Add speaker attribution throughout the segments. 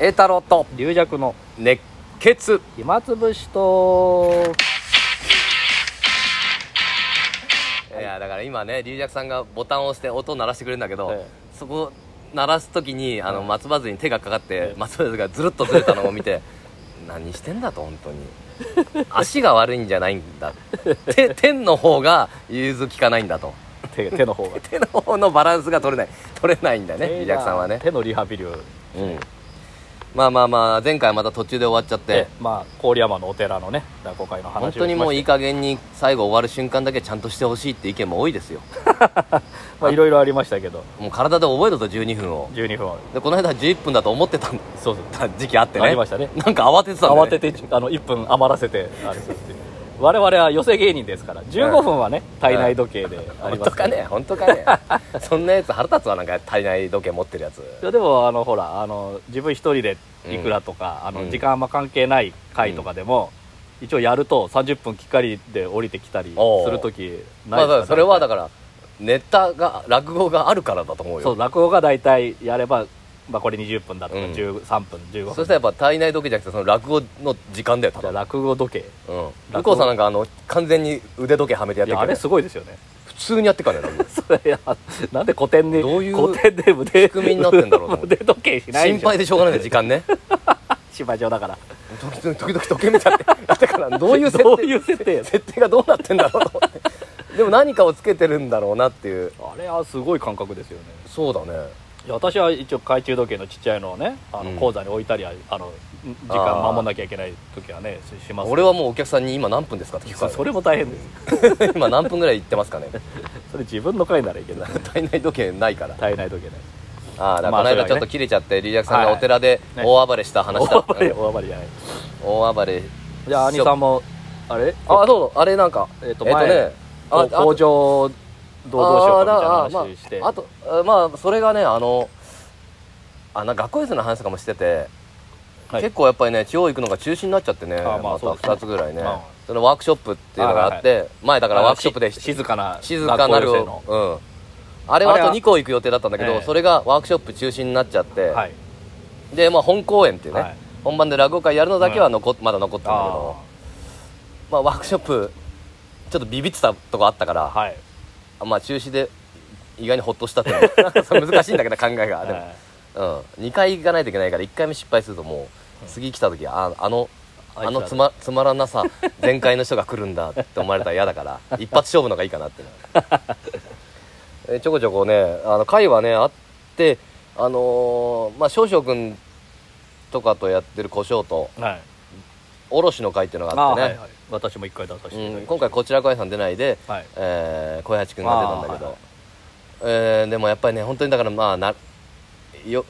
Speaker 1: 栄太郎と
Speaker 2: 龍弱の
Speaker 1: 熱血
Speaker 2: 暇つぶしと
Speaker 1: いやだから今ね龍尺さんがボタンを押して音を鳴らしてくれるんだけど、
Speaker 2: え
Speaker 1: そこ鳴らす時にあの松葉杖に手がかかって、
Speaker 2: ええ
Speaker 1: 松葉杖がずるっとずれたのを見て 何してんだと本当に 足が悪いんじゃないんだ 手天の方が融通きかないんだ と
Speaker 2: 手手の方が
Speaker 1: 手の方のバランスが取れない取れないんだね龍
Speaker 2: 手が
Speaker 1: 尺さんはね
Speaker 2: 手のリハビリを
Speaker 1: うんまあまあまあ前回また途中で終わっちゃっ
Speaker 2: で
Speaker 1: て
Speaker 2: まあ郡山のお寺のね落語会の話を
Speaker 1: 本
Speaker 2: し
Speaker 1: 当にもういい
Speaker 2: い
Speaker 1: 加減に最後終わる瞬間だけちゃんとしてほしいって意見も多いですよ
Speaker 2: まあいろいろありましたけど
Speaker 1: もう体で覚えたと12分を
Speaker 2: 12分
Speaker 1: でこの間11分だと思ってたん
Speaker 2: そうそう
Speaker 1: た時期あってね
Speaker 2: ありましたね
Speaker 1: なんか慌ててたんだよ
Speaker 2: 慌
Speaker 1: ね
Speaker 2: ててあの1分余らせてあれするっていう我々は寄せ芸人ですから15分はね体内時計でありま
Speaker 1: 本当
Speaker 2: すか
Speaker 1: からね本当かね そんなやつ腹立つわなんか体内時計持って るやつ
Speaker 2: いやでもあのほらあの自分一人でいくらとか、あ
Speaker 1: う
Speaker 2: の
Speaker 1: ん
Speaker 2: 時間あんま関係ない回とかでも、一応やると30分きっかりで降りてきたり
Speaker 1: おう
Speaker 2: する時
Speaker 1: まあだからそれはだ
Speaker 2: か
Speaker 1: からネタが落語があるからだと思う
Speaker 2: そう
Speaker 1: よ
Speaker 2: 落語が大体やれば、まあ、これ20分だとか、
Speaker 1: うん
Speaker 2: 13分15分
Speaker 1: そしたらやっぱ体内時計じゃなくてその落語の時間だよた
Speaker 2: じゃあ
Speaker 1: だ
Speaker 2: 落語時計
Speaker 1: うん
Speaker 2: 語
Speaker 1: 向こうさんなんかあの完全に腕時計はめてや
Speaker 2: い
Speaker 1: ってる
Speaker 2: やあ
Speaker 1: け
Speaker 2: れ
Speaker 1: ど
Speaker 2: すごいですよね
Speaker 1: 普通にやってっからね落語
Speaker 2: それいやなんで古典で
Speaker 1: どういう
Speaker 2: 古典で腕
Speaker 1: 組みになってんだろう と思って
Speaker 2: 腕時計しない
Speaker 1: 心
Speaker 2: じゃん
Speaker 1: 配でしょうがないね時間 ね
Speaker 2: 芝居上だから
Speaker 1: 時々時々時計見ちゃって だからどういう 設
Speaker 2: どう
Speaker 1: 定
Speaker 2: いう設定 やね
Speaker 1: 設定がどうなってんだろうと思ってでも何かをつけてるんだろうなっていう
Speaker 2: あれはすごい感覚ですよね
Speaker 1: そうだね
Speaker 2: いや私は一応懐中時計のちっちゃいのをねあ
Speaker 1: うん
Speaker 2: の講座に置いたりああのん時間守んなきゃいけない時はねしします
Speaker 1: 俺はもうお客さんに今何分ですかって聞
Speaker 2: そ
Speaker 1: か
Speaker 2: そ
Speaker 1: れ
Speaker 2: れも大変です
Speaker 1: る 今何分ぐらい行ってますかね
Speaker 2: それ自分の回ならいいけ ど
Speaker 1: 体内時計ないから
Speaker 2: 体内時計ね
Speaker 1: ああだか
Speaker 2: ま
Speaker 1: ら
Speaker 2: あ
Speaker 1: この
Speaker 2: それはね
Speaker 1: 間ちょっと切れちゃってリーダーさんが
Speaker 2: はい
Speaker 1: お寺で
Speaker 2: ね
Speaker 1: 大暴れした話だ
Speaker 2: 大
Speaker 1: った、
Speaker 2: 暴れ大暴れじゃない
Speaker 1: 大暴れ
Speaker 2: じゃあ兄さんもあれ
Speaker 1: あそうあれなんか
Speaker 2: えっと
Speaker 1: ね
Speaker 2: こう工場をどうどうしようかみたいな
Speaker 1: あ
Speaker 2: 話して
Speaker 1: ーだからあまああとまあそれがねあのあなんか学校生の話とかもしてて、
Speaker 2: はい
Speaker 1: 結構やっぱりね地方行くのが中止になっちゃってね
Speaker 2: あーまあ
Speaker 1: また
Speaker 2: そうですね
Speaker 1: 2つぐらいね、
Speaker 2: まあ
Speaker 1: そのワークショップっていうのがあって、前だからワークショップで
Speaker 2: し静かな
Speaker 1: 静かなる
Speaker 2: 学校寄
Speaker 1: うんあれは
Speaker 2: あれ
Speaker 1: あ
Speaker 2: は
Speaker 1: と2校行く予定だったんだけど、
Speaker 2: ええ
Speaker 1: それがワークショップ中止になっちゃって、
Speaker 2: せのはい
Speaker 1: で、まあ、本公演っていうね、
Speaker 2: はい
Speaker 1: 本番で落語会やるのだけは残っ、まだ残ってるんだけ
Speaker 2: あ
Speaker 1: どまあ、ワークショップちょっとビビってたとこあったから、
Speaker 2: あはい
Speaker 1: まあ中止で意外にほっとした っていうのはなんかそれ難しいんだけど考えが、でも
Speaker 2: はい
Speaker 1: うん、2回行かないといけないから1回目失敗するともう次来た時ああの
Speaker 2: あいつら
Speaker 1: あのつまつまらなさ全開の人が来るんだって思われたら嫌だから 一発勝負の方がいいかなってなえちょこちょこねあの会はねあってあのーまあ少々君とかとやってる胡椒と
Speaker 2: はい
Speaker 1: 卸の会っていうのがあ
Speaker 2: あ
Speaker 1: っ
Speaker 2: ー
Speaker 1: て
Speaker 2: はい
Speaker 1: ね
Speaker 2: はい私も一回出させていただきま
Speaker 1: う
Speaker 2: し
Speaker 1: ん、
Speaker 2: た
Speaker 1: 今回こちら小屋さん出ないで、
Speaker 2: はい
Speaker 1: えー小屋八君が出たんだけど、
Speaker 2: あーはいはい
Speaker 1: えーでもやっぱりね本当にだからまあなよ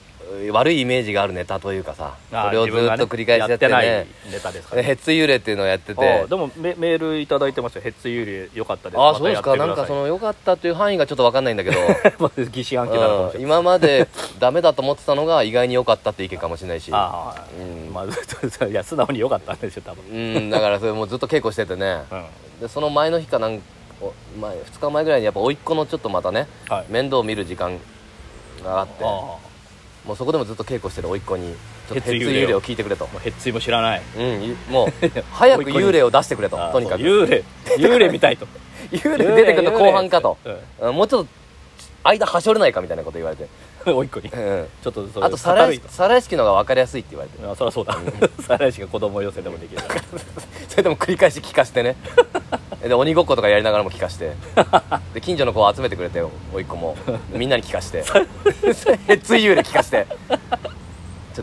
Speaker 1: 悪いイメージがあるネタというかさ
Speaker 2: あー
Speaker 1: それをずっ
Speaker 2: 自分がね
Speaker 1: と繰り返しやって
Speaker 2: やっ
Speaker 1: ね
Speaker 2: てないネタです からね
Speaker 1: ヘッツ幽霊っていうのをやって
Speaker 2: あ
Speaker 1: て
Speaker 2: あでもメメールいただいてましたよヘッツユーリ良かったです
Speaker 1: ああそうですか
Speaker 2: また
Speaker 1: な
Speaker 2: や
Speaker 1: ん
Speaker 2: って
Speaker 1: か
Speaker 2: くださ
Speaker 1: そ
Speaker 2: い
Speaker 1: の良かったという範囲がちょっと分かんない んだけど、
Speaker 2: まあ疑心暗鬼なのかもし
Speaker 1: う
Speaker 2: れ
Speaker 1: ん
Speaker 2: ない
Speaker 1: 今までダメだと思ってたのが意外に良かったって意見かもしれないし
Speaker 2: ああ、
Speaker 1: うん
Speaker 2: まあ いや素直に良かったんですよ多分、
Speaker 1: うんだからそれもうずっと稽古しててね
Speaker 2: うん、
Speaker 1: でその前の日かなんお前2日前ぐらいにやっぱ甥っ子のちょっとまたね、
Speaker 2: はい
Speaker 1: 面倒を見る時間があって
Speaker 2: あ
Speaker 1: もうそこでもずっと稽古してる甥っ子にちょっと
Speaker 2: 鉄
Speaker 1: 鉄
Speaker 2: 幽霊を
Speaker 1: 幽霊を聞いてくれと
Speaker 2: あ、もうヘッツイも知らない
Speaker 1: うん、い もう早く幽霊を出してくれと
Speaker 2: ああ
Speaker 1: とにかく
Speaker 2: そう幽霊幽霊みたいと
Speaker 1: 幽霊出てくるの後半かと
Speaker 2: 幽霊
Speaker 1: うんもうちょっと間はしょれないかみたいなこと言われて、
Speaker 2: おいっ子に
Speaker 1: うん
Speaker 2: ちょっとそれ
Speaker 1: あと再来
Speaker 2: 語る
Speaker 1: 再来式の方が分かりやすいって言われて
Speaker 2: あそりゃそうだ 再来しが子供寄せでもできる から
Speaker 1: それでも繰り返し聞か してねで鬼ごっことかやりながらも聞かしてで近所の子を集めてくれて甥っ子もみんなに聞かしてでつい幽霊聞かしてちょっ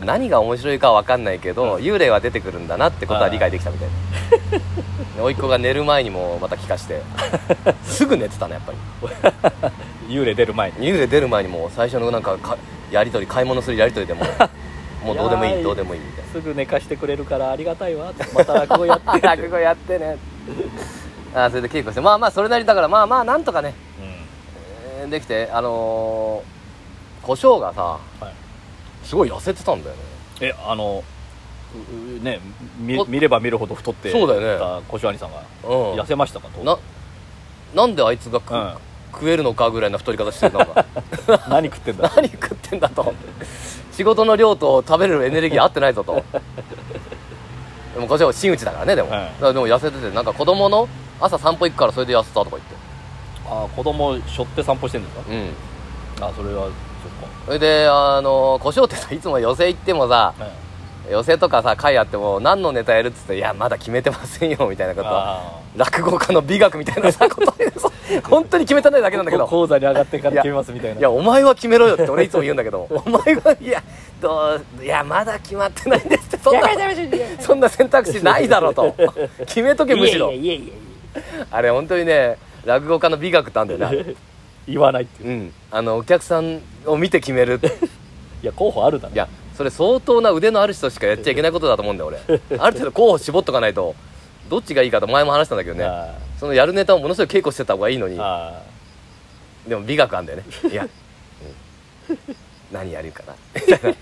Speaker 1: と何が面白いかは分かんないけど、幽霊は出てくるんだなってことは理解できたみたいなで甥っ子が寝る前にもまた聞かしてすぐ寝てたねやっぱり
Speaker 2: 幽霊出る前に
Speaker 1: 幽霊出る前にもう最初のなんかかやり取り買い物するやり取りでもうもうどうでもい
Speaker 2: や
Speaker 1: い
Speaker 2: ー
Speaker 1: どうでもいいみたいな
Speaker 2: すぐ寝かしてくれるからありがたいわまた落語 やってって、
Speaker 1: 落語やってねあーそれで稽古してまあまあそれなりだからまあまあなんとかね、
Speaker 2: う
Speaker 1: えーできてあのー、胡椒がさ
Speaker 2: んはい、
Speaker 1: すごい痩せてたんだよね
Speaker 2: えあのううね見
Speaker 1: お
Speaker 2: 見れば見るほど太って
Speaker 1: そうだよね
Speaker 2: ね小塩兄さんが
Speaker 1: うん
Speaker 2: 痩せましたかと
Speaker 1: ななんであいつがく、
Speaker 2: うん
Speaker 1: 食えるのかぐらいな太り方してるなん か
Speaker 2: 何食ってんだ
Speaker 1: 何食ってんだと仕事の量と食べるエネルギー合ってないぞとでもこっちは真打ちだからねでも、
Speaker 2: うん
Speaker 1: だからでも痩せててなんか子供の朝散歩行くからそれで痩せたとか言って
Speaker 2: あー子供しょって散歩してんですか
Speaker 1: うん
Speaker 2: あそれは
Speaker 1: それであの胡椒ってさいつも寄せ行ってもさ
Speaker 2: そっか、ね
Speaker 1: 寄せとかさ会あっても何のネタやるっつって「いやまだ決めてませんよ」みたいなこと
Speaker 2: あ
Speaker 1: 落語家の美学みたいなさことでさ 本当に決めたないだけなんだけ
Speaker 2: ー
Speaker 1: ど
Speaker 2: 講座に上がってから決めますみたいない
Speaker 1: やお前は決めろよって俺いつも言うんだ けどお前はいやどういやまだ決まってないんですってそんなそんな選択肢ないだろうと 決めとけむしろ
Speaker 2: いやいやいやいや
Speaker 1: あれ本当にね落語家の美学ってあるんだよね
Speaker 2: 言わないっていう
Speaker 1: うんあのお客さんを見て決める
Speaker 2: いや候補あるだろ
Speaker 1: いやそれ相当な腕のある人しかやっちゃいけないことだと思うんだ よ俺ある程度候補絞っとかないとどっちがいいかと前も話したんだけどね
Speaker 2: あ
Speaker 1: そのやるネタをものすごい稽古してた方がいいの
Speaker 2: ー
Speaker 1: に
Speaker 2: あ
Speaker 1: でも美学あんだ よねいや、うん何やるかな みたいな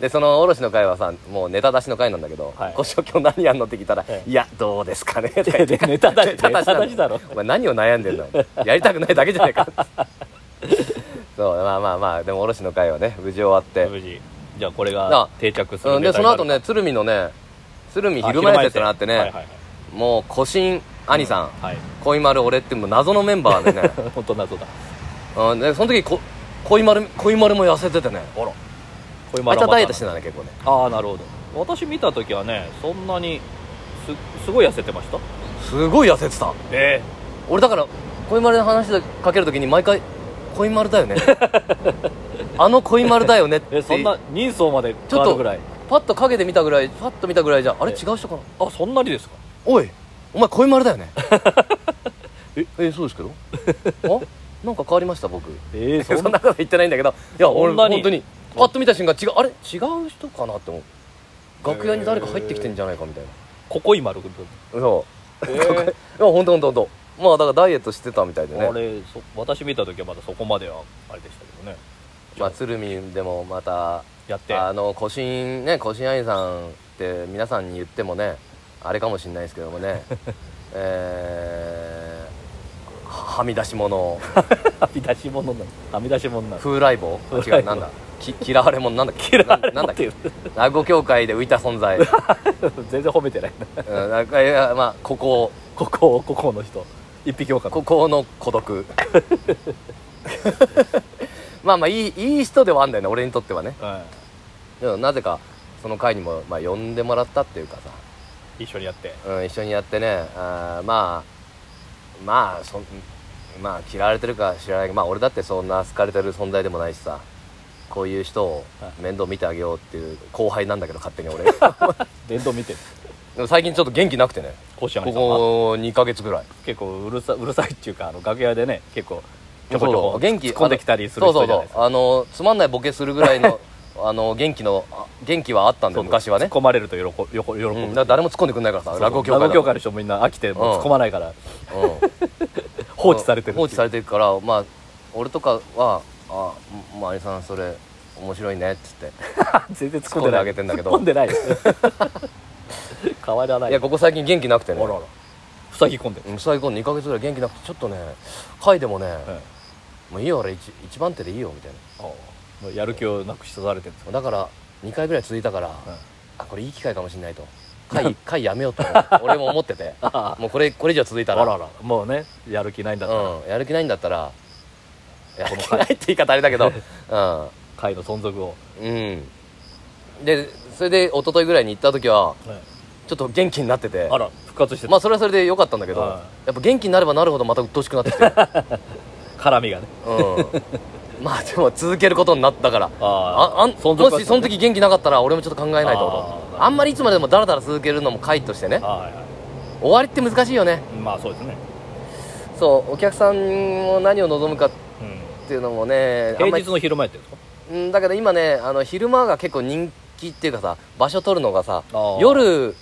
Speaker 1: でその卸の会はさもうネタ出しの会なんだけど
Speaker 2: はい
Speaker 1: 「ご所今日何やんの?」って聞いたら
Speaker 2: え
Speaker 1: 「
Speaker 2: え
Speaker 1: いやどうですか ね」とか
Speaker 2: ー
Speaker 1: 言っ
Speaker 2: で
Speaker 1: て
Speaker 2: ネタだし
Speaker 1: ネタ出しな
Speaker 2: ネタ
Speaker 1: ん
Speaker 2: だしだろ
Speaker 1: お前何を悩んでんのやりたくないだけじゃな いかそうまあまあまあでも卸の会はね無事終わって
Speaker 2: 無事じゃあこれ
Speaker 1: なあ
Speaker 2: が定着す
Speaker 1: う
Speaker 2: る
Speaker 1: ん、で
Speaker 2: ネタ
Speaker 1: そ
Speaker 2: に
Speaker 1: の
Speaker 2: なる
Speaker 1: 後ね鶴見のね鶴見
Speaker 2: あ
Speaker 1: 昼前説ってのあってね、
Speaker 2: 昼前説はいはいはい
Speaker 1: もう古新兄さん、
Speaker 2: はい
Speaker 1: 恋丸俺ってもう謎のメンバーで ね、
Speaker 2: 本当謎だ
Speaker 1: うん、でその時こ恋丸恋丸も痩せててね
Speaker 2: あらこういう
Speaker 1: あい
Speaker 2: 丸
Speaker 1: つ
Speaker 2: は
Speaker 1: は
Speaker 2: ま
Speaker 1: ダイエ
Speaker 2: た
Speaker 1: ットしてたね結構ね
Speaker 2: ああなるほど私見た時はねそんなにすすごい痩せてました
Speaker 1: すごい痩せてた
Speaker 2: え
Speaker 1: 俺だから恋丸の話かける時に毎回「恋 丸だよね」あの恋丸だよねっ
Speaker 2: ええ
Speaker 1: て
Speaker 2: そんな人相まで
Speaker 1: ち
Speaker 2: 変
Speaker 1: ょっ
Speaker 2: わる
Speaker 1: と
Speaker 2: ぐらい
Speaker 1: パッとかけてみたぐらいパッと見たぐらいじゃあれ
Speaker 2: え
Speaker 1: 違う人かな
Speaker 2: あそんなにですか
Speaker 1: おいお前恋丸だ よね
Speaker 2: え
Speaker 1: えそうですけどあなんか変わりました僕
Speaker 2: ええ
Speaker 1: そんなこと言ってないんだけどいや俺
Speaker 2: そんなに
Speaker 1: 本当にパッと見た瞬間違うあれ違う人かなって思う楽屋に誰か入ってきてんじゃないかみたいな
Speaker 2: ここい丸くん
Speaker 1: そう
Speaker 2: え
Speaker 1: いや本当本当本当まあだからダイエットしてたみたいで
Speaker 2: あ
Speaker 1: ね
Speaker 2: れそ私見た時はまだそこまではあれでしたけどね
Speaker 1: まあ鶴見でもまた
Speaker 2: やって
Speaker 1: あの古新ね古新愛さんって皆さんに言ってもねあれかもしれないですけども ねえーはみ出し物
Speaker 2: はみ出し物なのはみ出し物なの
Speaker 1: 風来坊あ違うなんだき 嫌われ者なんだっけ
Speaker 2: 嫌われ
Speaker 1: ななんだっけ
Speaker 2: 者って
Speaker 1: 落語協会で浮いた存在、う
Speaker 2: 全然褒めてないな
Speaker 1: んなんかいやまあここ
Speaker 2: ここここの人一匹狼
Speaker 1: ここの孤独 まあまあいいいい人ではあんだよね俺にとってはね
Speaker 2: うん
Speaker 1: でもなぜかその会にも、まあ、呼んでもらったっていうかさ、
Speaker 2: 一緒にやって
Speaker 1: うん、一緒にやってねあーまあまあそんまあ嫌われてるか知らないけどまあ俺だってそんな好かれてる存在でもないしさこういう人を面倒見てあげようっていう後輩なんだけど勝手に俺
Speaker 2: 電動見てる
Speaker 1: でも最近ちょっと元気なくてね
Speaker 2: 甲子園
Speaker 1: こ
Speaker 2: の人は
Speaker 1: こ2ヶ月ぐらい
Speaker 2: 結構うるさうるさいっていうかあの楽屋でね結構ちょこちょ
Speaker 1: そ
Speaker 2: こ
Speaker 1: う元気
Speaker 2: 突っ込んできたりする人じゃないですか
Speaker 1: そうそうそうあのつまんないボケするぐら いのあの元気のあ元気はあったんで
Speaker 2: そうそう
Speaker 1: 昔は
Speaker 2: 突
Speaker 1: ね
Speaker 2: っ、込まれると喜ぶ喜ぶ喜ぶ
Speaker 1: うん、だから誰も突っ込んでくんないから
Speaker 2: そう
Speaker 1: さ
Speaker 2: そう
Speaker 1: 落語協会だ
Speaker 2: 落語の人もみんな飽きてもう突っ込まないから
Speaker 1: うん
Speaker 2: 放置されてる
Speaker 1: 放置さ
Speaker 2: れ
Speaker 1: れてるからまあ俺とかは「あっまあ、兄さんそれ面白いね」っつって
Speaker 2: て全然突っ込んでない
Speaker 1: 突っ込んであげてんだけど
Speaker 2: 突っ込んでない 変わらない
Speaker 1: いやここ最近元気なくて
Speaker 2: あ
Speaker 1: ね
Speaker 2: らら塞ぎ込んでる、
Speaker 1: うん最後2ヶ月ぐらい元気なくてちょっとね回でもね、
Speaker 2: うん
Speaker 1: もういいよ俺 1, 番手でいいよみたい
Speaker 2: ああもうやる気をなくしされてるんですか
Speaker 1: なだから2回ぐらい続いたから、
Speaker 2: うん
Speaker 1: あこれいい機会かもしれないと回回やめようと俺も思っててもうこれこれ以上続いた
Speaker 2: あ
Speaker 1: ら
Speaker 2: ららもうねやる気ないんだったら
Speaker 1: うん、やる気ないんだったらや
Speaker 2: こ
Speaker 1: る
Speaker 2: の
Speaker 1: 気
Speaker 2: 回
Speaker 1: ないって言い方あれだけ どうん
Speaker 2: 会の存続を、
Speaker 1: うんでそれで一昨日ぐらいに行った時はちょっと元気になってて
Speaker 2: あら復活してた、
Speaker 1: まあそれはそれで良かったんだけど
Speaker 2: は
Speaker 1: やっぱ元気になればなるほどまた鬱陶しくなって きて、
Speaker 2: 絡みがね
Speaker 1: うん、まあでも続けることになったから
Speaker 2: あ
Speaker 1: ああん
Speaker 2: 存続は
Speaker 1: もしその時元気なかったら俺もちょっと考えないと
Speaker 2: あーなるほ
Speaker 1: あ
Speaker 2: ど
Speaker 1: んまりいつまでもダラダラ続けるのも回としてね
Speaker 2: あはいは
Speaker 1: 終わりって難しいよね
Speaker 2: いまあそうですね、
Speaker 1: そうお客さんも何を望むかっ
Speaker 2: うん
Speaker 1: ていうのもねあん
Speaker 2: 平
Speaker 1: まり
Speaker 2: 日の昼前ってですか
Speaker 1: うんだけど今ねあの昼間が結構人気っていうかさ場所取るのがさ
Speaker 2: あー
Speaker 1: 夜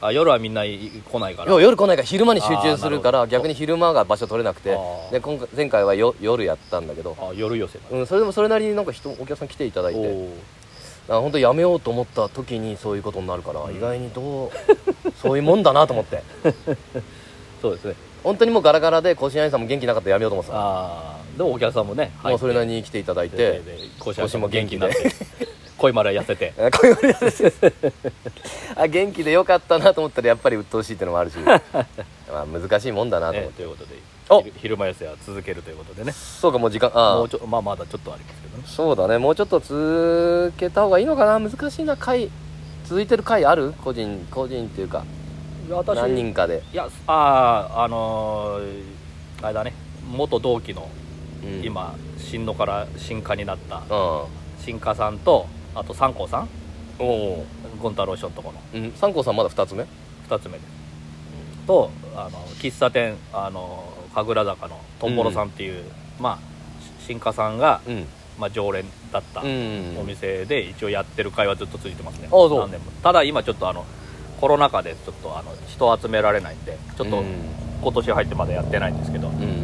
Speaker 2: あ夜はみんない来ないから
Speaker 1: 要は夜来ないから昼間に集中するか
Speaker 2: あーなるほ
Speaker 1: ら
Speaker 2: ど
Speaker 1: 逆に昼間が場所取れなくて
Speaker 2: あー
Speaker 1: で今回前回はよ夜やったんだけど、
Speaker 2: あ夜寄せだ
Speaker 1: うん、それでもそれなりになんか人お客さん来ていただいて
Speaker 2: お
Speaker 1: だ
Speaker 2: ー
Speaker 1: から本当やめようと思った時にそういうことになるから、
Speaker 2: ん
Speaker 1: 意外にどうそういうもんだなと思って
Speaker 2: そうですね
Speaker 1: 本当にもうガラガラで甲子園兄さんも元気なかったらやめようと思ってた
Speaker 2: ああでもお客さんもね
Speaker 1: もうそれなりに来ていただいて
Speaker 2: 腰
Speaker 1: 腰
Speaker 2: も
Speaker 1: も
Speaker 2: 元
Speaker 1: 元
Speaker 2: 気
Speaker 1: 気
Speaker 2: に
Speaker 1: で
Speaker 2: な って恋丸は痩せて
Speaker 1: あこういうやつです あ元気でよかったなと思ったらやっぱり鬱陶しいってのもあ るしまあ難しいもんだ なと思っ
Speaker 2: ね
Speaker 1: て、
Speaker 2: ということで
Speaker 1: お
Speaker 2: 昼昼間痩せは続けるということでね
Speaker 1: そうかもう時間ああ
Speaker 2: もうちょまあまだちょっとありますけどね
Speaker 1: そうだねもうちょっと続けた方がいいのかな難しいな回続いてる回ある個人個人っていうか
Speaker 2: 私
Speaker 1: 何人かで、
Speaker 2: いやあああのーあれだね元同期の
Speaker 1: うん、
Speaker 2: 今新野から新科になった
Speaker 1: うんお
Speaker 2: 新科さんとあと三光さん
Speaker 1: お
Speaker 2: 権太郎師匠のとこの
Speaker 1: うん三光さんまだ2つ目
Speaker 2: 2つ目ですとあの喫茶店あの神楽坂のとんぼろさんっていう、まあし新華さんが、
Speaker 1: うん
Speaker 2: まあ、常連だった
Speaker 1: う
Speaker 2: お
Speaker 1: ん
Speaker 2: 店で一応やってる会はずっと続いてますね、
Speaker 1: そう
Speaker 2: 何年もただ今ちょっとあのコロナ禍でちょっとあの人集められないんでちょっ
Speaker 1: う
Speaker 2: と
Speaker 1: ん
Speaker 2: 今年入ってまだやってないんですけど、
Speaker 1: うん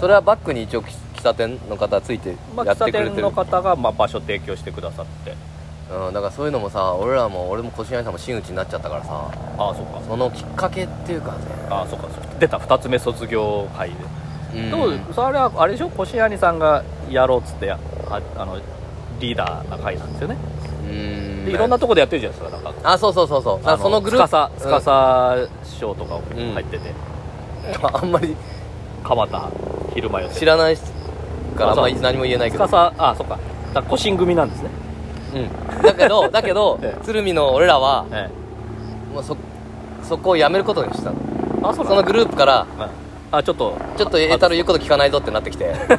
Speaker 1: それはバックに一応喫茶店の方ついて
Speaker 2: まあ、
Speaker 1: や
Speaker 2: 喫
Speaker 1: っ
Speaker 2: 茶
Speaker 1: てくれ
Speaker 2: 店
Speaker 1: てる、
Speaker 2: の方が、まあ、場所提供してくださって
Speaker 1: うん、だからそういうのもさ俺らも俺も腰谷さんも真打ちになっちゃったからさ
Speaker 2: ああそうか
Speaker 1: そのきっかけっていうかね、
Speaker 2: ああそうかそうか出た2つ目卒業会で
Speaker 1: うん
Speaker 2: でもそれはあれでしょ越谷さんがやろうっつってやああのリーダーな会なんですよね
Speaker 1: うん
Speaker 2: でいろんなとこでやってるじゃないですかなんか
Speaker 1: あそうそうそうそうだからそのグループ
Speaker 2: 司
Speaker 1: うん
Speaker 2: 司師匠とかも
Speaker 1: うん
Speaker 2: 入ってて、
Speaker 1: あんまり
Speaker 2: 蒲田昼間よ
Speaker 1: 知らないからあんまり何も言えないけど
Speaker 2: 司あそっかだから新組なんですね、
Speaker 1: うん、だ けどだけど
Speaker 2: ええ
Speaker 1: 鶴見の俺らは
Speaker 2: え
Speaker 1: もうそそこをやめることにしたの
Speaker 2: え、あそ
Speaker 1: そのグループから
Speaker 2: プ、はいあちょっと
Speaker 1: ちょっと栄太郎言うこと聞かないぞってなって きて
Speaker 2: ちょっ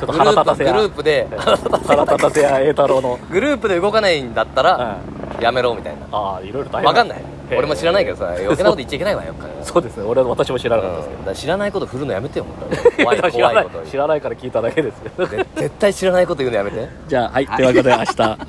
Speaker 2: と
Speaker 1: グル
Speaker 2: 腹立
Speaker 1: ー
Speaker 2: た
Speaker 1: プ
Speaker 2: せ
Speaker 1: グ
Speaker 2: や
Speaker 1: ループで
Speaker 2: ええ 腹立たせや栄太郎の、
Speaker 1: グループで動かないんだった
Speaker 2: うん、
Speaker 1: ら
Speaker 2: あ
Speaker 1: やめろみたいな
Speaker 2: あいろいろ大変
Speaker 1: わかんない
Speaker 2: ええ
Speaker 1: 俺も知らないけ どさ余計なこと言っちゃいけないわよ
Speaker 2: そうですね俺は私も知らなかったです
Speaker 1: う
Speaker 2: けど
Speaker 1: んだから知らないこと振るのやめてよ本 当に怖い
Speaker 2: 知ら
Speaker 1: 怖
Speaker 2: ないい
Speaker 1: こと
Speaker 2: 知らないから聞いただけですよ
Speaker 1: で絶対知らないこと言うのやめて
Speaker 2: じゃあはい、というわけで明日